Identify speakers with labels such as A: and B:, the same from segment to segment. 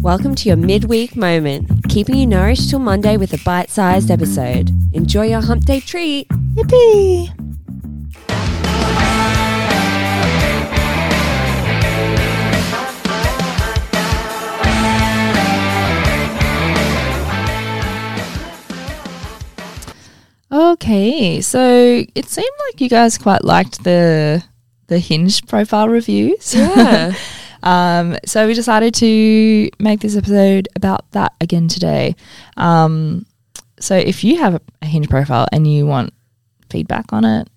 A: Welcome to your midweek moment, keeping you nourished till Monday with a bite sized episode. Enjoy your hump day treat.
B: Yippee! Okay, so it seemed like you guys quite liked the the Hinge profile reviews.
A: Yeah.
B: um, so we decided to make this episode about that again today. Um, so if you have a, a Hinge profile and you want feedback on it,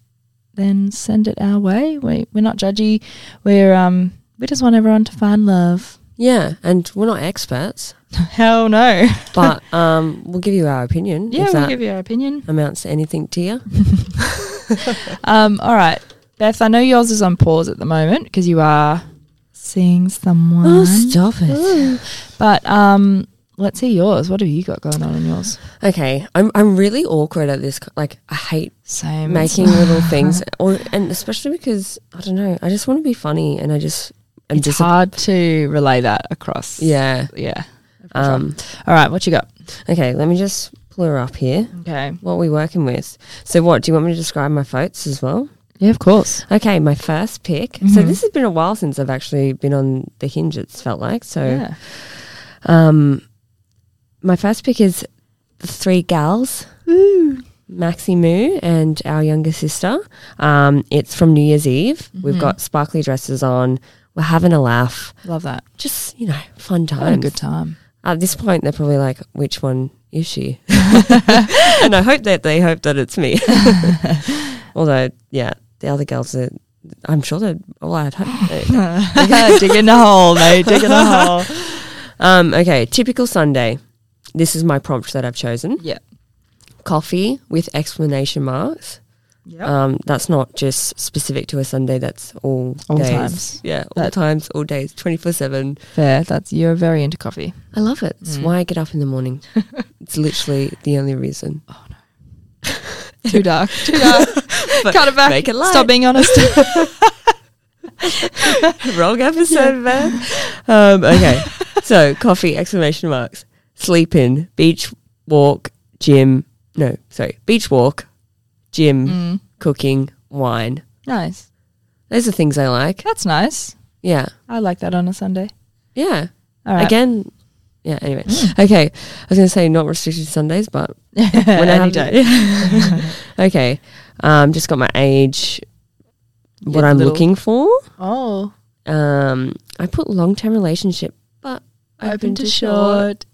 B: then send it our way. We, we're not judgy. We're um, we just want everyone to find love.
A: Yeah, and we're not experts,
B: Hell no.
A: but um, we'll give you our opinion
B: Yeah,
A: if
B: we'll
A: that
B: give you our opinion.
A: amounts to anything to you.
B: Um, all right, Beth. I know yours is on pause at the moment because you are seeing someone.
A: Oh, stop it.
B: But um, let's hear yours. What have you got going on in yours?
A: Okay, I'm, I'm really awkward at this. Like, I hate
B: Same.
A: making little things, or, and especially because, I don't know, I just want to be funny and I just. I'm
B: It's
A: just
B: hard to relay that across.
A: Yeah.
B: Yeah.
A: Um,
B: All right. What you got?
A: okay, let me just pull her up here.
B: Okay.
A: What are we working with? So, what do you want me to describe my votes as well?
B: Yeah, of course.
A: Okay, my first pick. So,
B: Mm-hmm.
A: this has been a while since I've actually been on the hinge, it's felt like. So,
B: Yeah.
A: um, my first pick is the three gals. Maxi Moo and our younger sister. Um, it's from New Year's Eve.
B: Mm-hmm.
A: We've got sparkly dresses on. We're having a laugh.
B: Love that.
A: Just, you know, fun
B: Had a
A: times.
B: good time.
A: At this point, they're probably like, which one is she? and I hope that they hope that it's me. Although, yeah, the other girls are, I'm sure they're all I'd hope.
B: digging a hole, mate. Digging a hole.
A: um, okay, typical Sunday. This is my prompt that I've chosen
B: Yeah.
A: coffee with explanation marks.
B: Yep.
A: Um, that's not just specific to a Sunday, that's all,
B: All
A: days.
B: times.
A: Yeah, all
B: That-
A: times, all days, 24 7.
B: Fair. That's you're very into coffee.
A: I love it. It's
B: Mm.
A: why I get up in the morning. it's literally the only reason.
B: Too dark. Too dark.
A: But
B: Cut it back.
A: make it light.
B: Stop being honest.
A: Wrong episode, man. Um, okay. so coffee, exclamation marks. Sleep in, beach walk, gym. No, sorry. Beach walk, gym,
B: Mm.
A: cooking, wine.
B: Nice.
A: Those are things I like.
B: That's nice.
A: Yeah.
B: I like that on a Sunday.
A: Yeah.
B: All right. Mm.
A: Again. Yeah, anyway. Okay. I was going to say not restricted to Sundays, but when I have
B: Any day.
A: Okay. Um, just got my age, what
B: Yeah,
A: I'm
B: little-
A: looking for.
B: Oh,
A: Um, I put long term relationship, but open, to, short.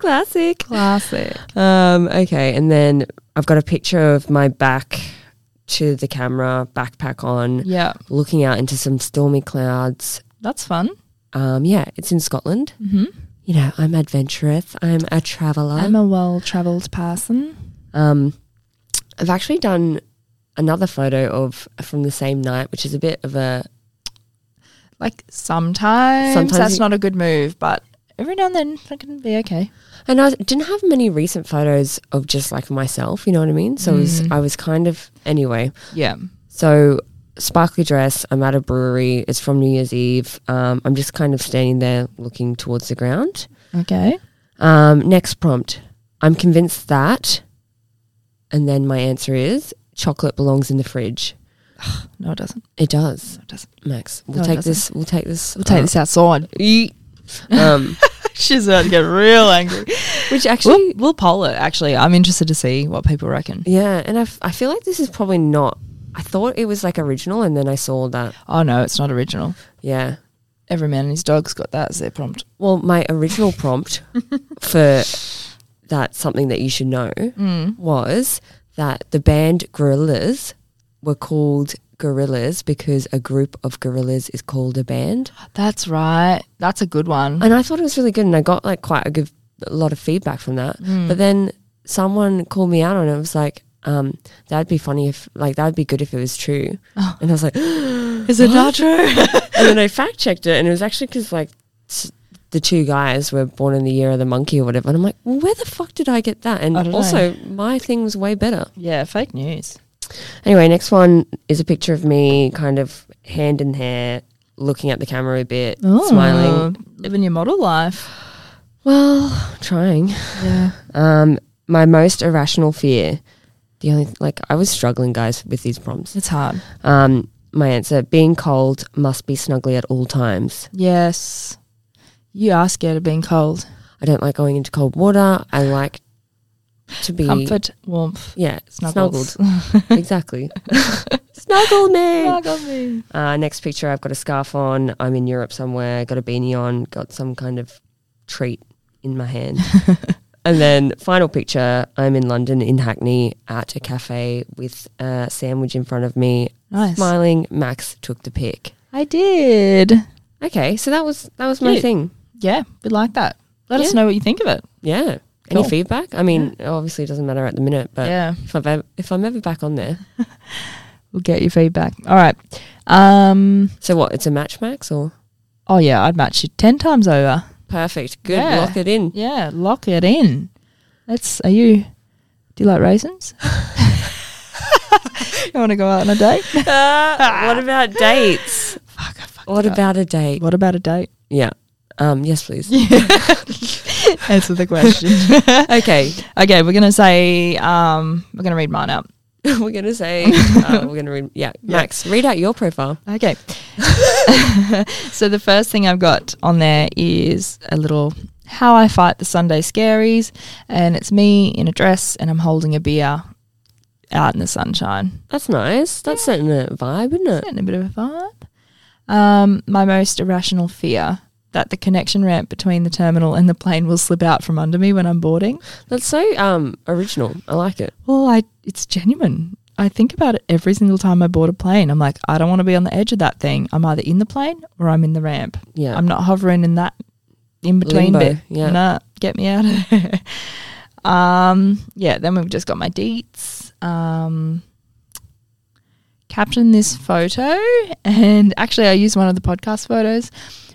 A: Classic.
B: Classic.
A: Um, okay, and then I've got a picture of my back to the camera, backpack on,
B: Yeah,
A: looking out into some stormy clouds.
B: that's fun.
A: Um, yeah, it's in Scotland.
B: Mm-hmm.
A: You know, I'm adventurous. I'm a traveler
B: I'm a well-traveled person.
A: Um, I've actually done another photo of from the same night, which is a bit of a
B: Like sometimes,
A: Sometimes
B: that's
A: you-
B: not a good move, but every now and then that can be okay.
A: And I didn't have many recent photos of just like myself, you know what I mean? So it was,
B: Mm.
A: I was kind of, anyway.
B: Yeah.
A: So, sparkly dress, I'm at a brewery, it's from New Year's Eve. Um, I'm just kind of standing there looking towards the ground.
B: Okay.
A: Um, next prompt I'm convinced that, and then my answer is chocolate belongs in the fridge.
B: No, it doesn't.
A: It does,
B: No, it doesn't.
A: Max. We'll
B: No, Oh, it
A: take
B: doesn't.
A: this. We'll take this.
B: We'll take this outside.
A: this. um,
B: She's about to get real angry.
A: which actually,
B: we'll, we'll poll it. Actually, I'm interested to see what people reckon.
A: yeah, and I, f- I feel like this is probably not. I thought it was like original, and then I saw that
B: Oh no, it's not original.
A: Yeah.
B: Every man and his dog's got that as their prompt.
A: Well, my original prompt for that something that you should know
B: Hmm.
A: was that the band Gorillas were called Gorillas because a group of gorillas is called a band.
B: That's right. That's a good one.
A: And I thought it was really good and I got like quite a good a lot of feedback from that. But then someone called me out on it and was like, um, that'd be funny if like that'd be good if it was true. And I was like
B: Is it not true?
A: and then I fact checked it, and it was actually because like s- the two guys were born in the year of the monkey or whatever, and I'm like, well, where the fuck did I get that? And
B: I don't know.
A: also, my thing was way better.
B: yeah, fake news.
A: Anyway, next one is a picture of me, kind of
B: Oh.
A: hand in hair, looking at the camera a bit, smiling.
B: living your model life.
A: Well, trying.
B: Yeah.
A: Um, my most irrational fear. The only like I was struggling, guys, with these prompts.
B: It's hard.
A: Um, my answer: being cold must be snuggly at all times.
B: Yes. You are scared of being cold.
A: I don't like going into cold water. I like to be
B: Comfort, warmth,
A: Yeah,
B: snuggles.
A: snuggled. exactly. Snuggle me.
B: Snuggle me.
A: Uh, next picture, I've got a scarf on. I'm in Europe somewhere. Got a beanie on. Got some kind of treat in my hand. and then final picture, I'm in London in Hackney at a cafe with a sandwich in front of me,
B: Nice.
A: smiling. Max took the pic.
B: I did.
A: Okay, so that was that was my
B: Cute.
A: thing.
B: Yeah, we like that. Let us
A: Yeah.
B: know what you think of it.
A: Yeah.
B: Cool.
A: Any feedback? I mean, obviously it doesn't matter at the minute, but
B: yeah.
A: if I've ever, if I'm ever back on there,
B: We'll get your feedback. All right. Um
A: so what? It's a match, Max, or
B: oh yeah, I'd match you ten times over.
A: perfect. Good,
B: Yeah.
A: lock it in.
B: Yeah, lock it in. That's are you do you like raisins? you wanna go out on a date?
A: what about dates?
B: Fuck, I fucked
A: What
B: it up.
A: about a date?
B: what about a date?
A: Yeah. Um, yes, please.
B: Answer the question.
A: Okay.
B: okay, we're gonna say um we're gonna read mine out.
A: we're going to say, uh, we're going to read. Yeah. Max, read out your profile.
B: Okay. so the first thing I've got on there is a little how I fight the Sunday scaries, and it's me in a dress and I'm holding a beer out in the sunshine.
A: That's nice. That's setting a vibe, isn't it?
B: Getting a bit of a vibe. Um, my most irrational fear that the connection ramp between the terminal and the plane will slip out from under me when I'm boarding.
A: That's so um, original. I like it.
B: Well, I it's genuine. I think about it every single time I board a plane. I'm like, I don't want to be on the edge of that thing. I'm either in the plane or I'm in the ramp.
A: Yeah.
B: I'm not hovering in that in between
A: Limbo,
B: bit.
A: yeah.
B: Nah, get me out of there. um, yeah, then we've just got my deets. Um, caption this photo. And actually, I used one of the podcast photos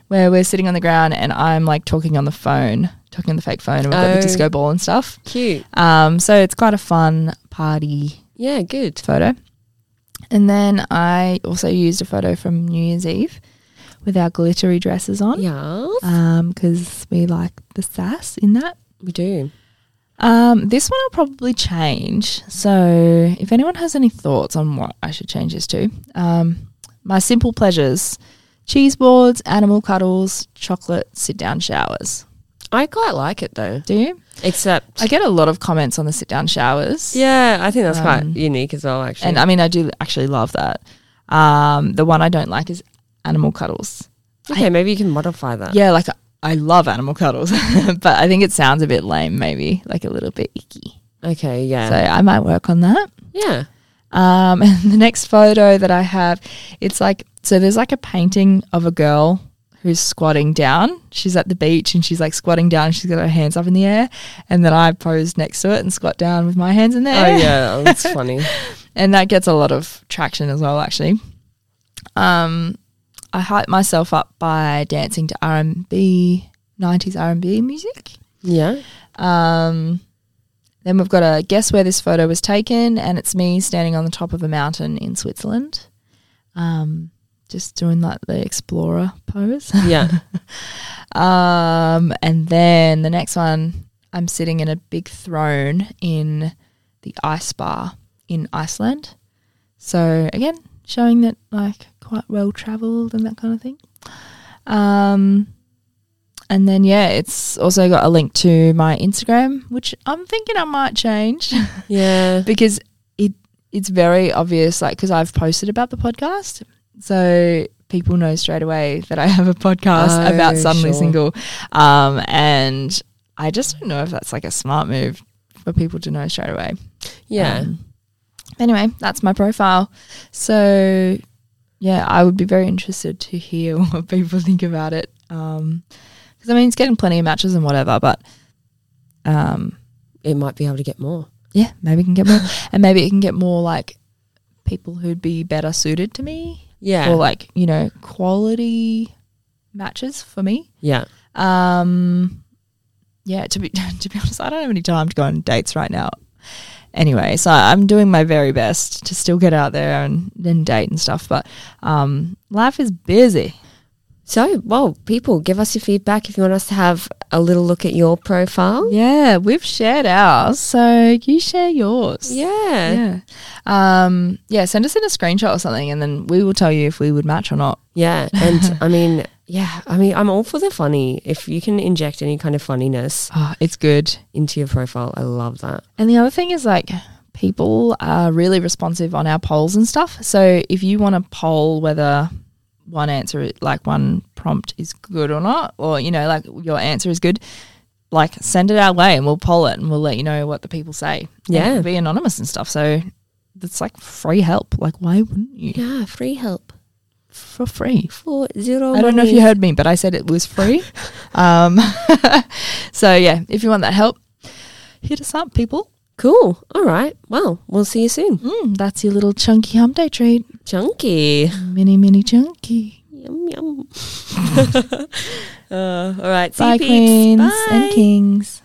B: where we're sitting on the ground and I'm like talking on the phone, talking on the fake phone, and we've got the
A: Oh.
B: disco ball and stuff.
A: Cute.
B: Um, so it's quite a fun party
A: Yeah, good.
B: photo. And then I also used a photo from New Year's Eve with our glittery dresses on
A: Yeah.
B: because um, we like the sass in that.
A: We do.
B: Um, this one I'll probably change. So if anyone has any thoughts on what I should change this to, um, my simple pleasures cheese boards, animal cuddles, chocolate, sit down showers.
A: I quite like it though.
B: Do you?
A: Except,
B: I get a lot of comments on the sit down showers.
A: yeah, I think that's
B: Um,
A: quite unique as well, actually.
B: And I mean, I do actually love that. Um, the one I don't like is animal cuddles.
A: okay, maybe you can modify that.
B: Yeah, like I love animal cuddles, but I think it sounds a bit lame, maybe like a little bit icky.
A: Okay, yeah.
B: So I might work on that.
A: yeah.
B: Um, and the next photo that I have, it's like so. There's like a painting of a girl who's squatting down. She's at the beach and she's like squatting down. She's got her hands up in the air, and then I pose next to it and squat down with my hands in the air.
A: Oh, yeah. That's funny.
B: and that gets a lot of traction as well actually um i hype myself up by dancing to r&b 90s r&b music
A: Yeah.
B: um then we've got a guess where this photo was taken and it's me standing on the top of a mountain in switzerland um just doing like the explorer pose
A: Yeah.
B: um and then the next one i'm sitting in a big throne in the ice bar in iceland so again showing that like quite well traveled and that kind of thing um and then yeah it's also got a link to my instagram which i'm thinking i might change
A: Yeah.
B: because it it's very obvious like because i've posted about the podcast so people know straight away that i have a podcast
A: Oh,
B: about suddenly
A: sure.
B: single um, and i just don't know if that's like a smart move for people to know straight away
A: Yeah.
B: Um, anyway that's my profile so yeah i would be very interested to hear what people think about it because i mean it's getting plenty of matches and whatever but um,
A: it might be able to get more.
B: yeah, maybe it can get more, and maybe it can get more like people who'd be better suited to me,
A: Yeah.
B: or like you know quality matches for me.
A: yeah.
B: Um, yeah, to be to be honest, I don't have any time to go on dates right now. Anyway, so I'm doing my very best to still get out there and then date and stuff, but um, life is busy.
A: So, well, people, give us your feedback if you want us to have a little look at your profile.
B: Yeah, we've shared ours, so you share yours.
A: Yeah.
B: Yeah. Um, yeah, send us in a screenshot or something and then we will tell you if we would match or not.
A: Yeah. And I mean, yeah, I mean, I'm all for the funny. If you can inject any kind of funniness
B: Oh, it's good.
A: into your profile, I love that.
B: And the other thing is like people are really responsive on our polls and stuff. So if you want to poll whether one answer like one prompt is good or not or you know like your answer is good, like send it our way and we'll poll it and we'll let you know what the people say. And
A: Yeah.
B: it'll be anonymous and stuff. So it's like free help. Like why wouldn't you?
A: Yeah. Free help
B: For free.
A: for zero.
B: I don't know if
A: money.
B: you heard me, but I said it was free. um, so yeah, if you want that help, hit us up, people.
A: Cool. All right. Well, we'll see you soon.
B: Mm, that's your little chunky hump day treat.
A: Chunky.
B: Mini, mini chunky.
A: Yum, yum. uh, all right. See
B: Bye,
A: you, peeps.
B: queens
A: Bye.
B: and kings.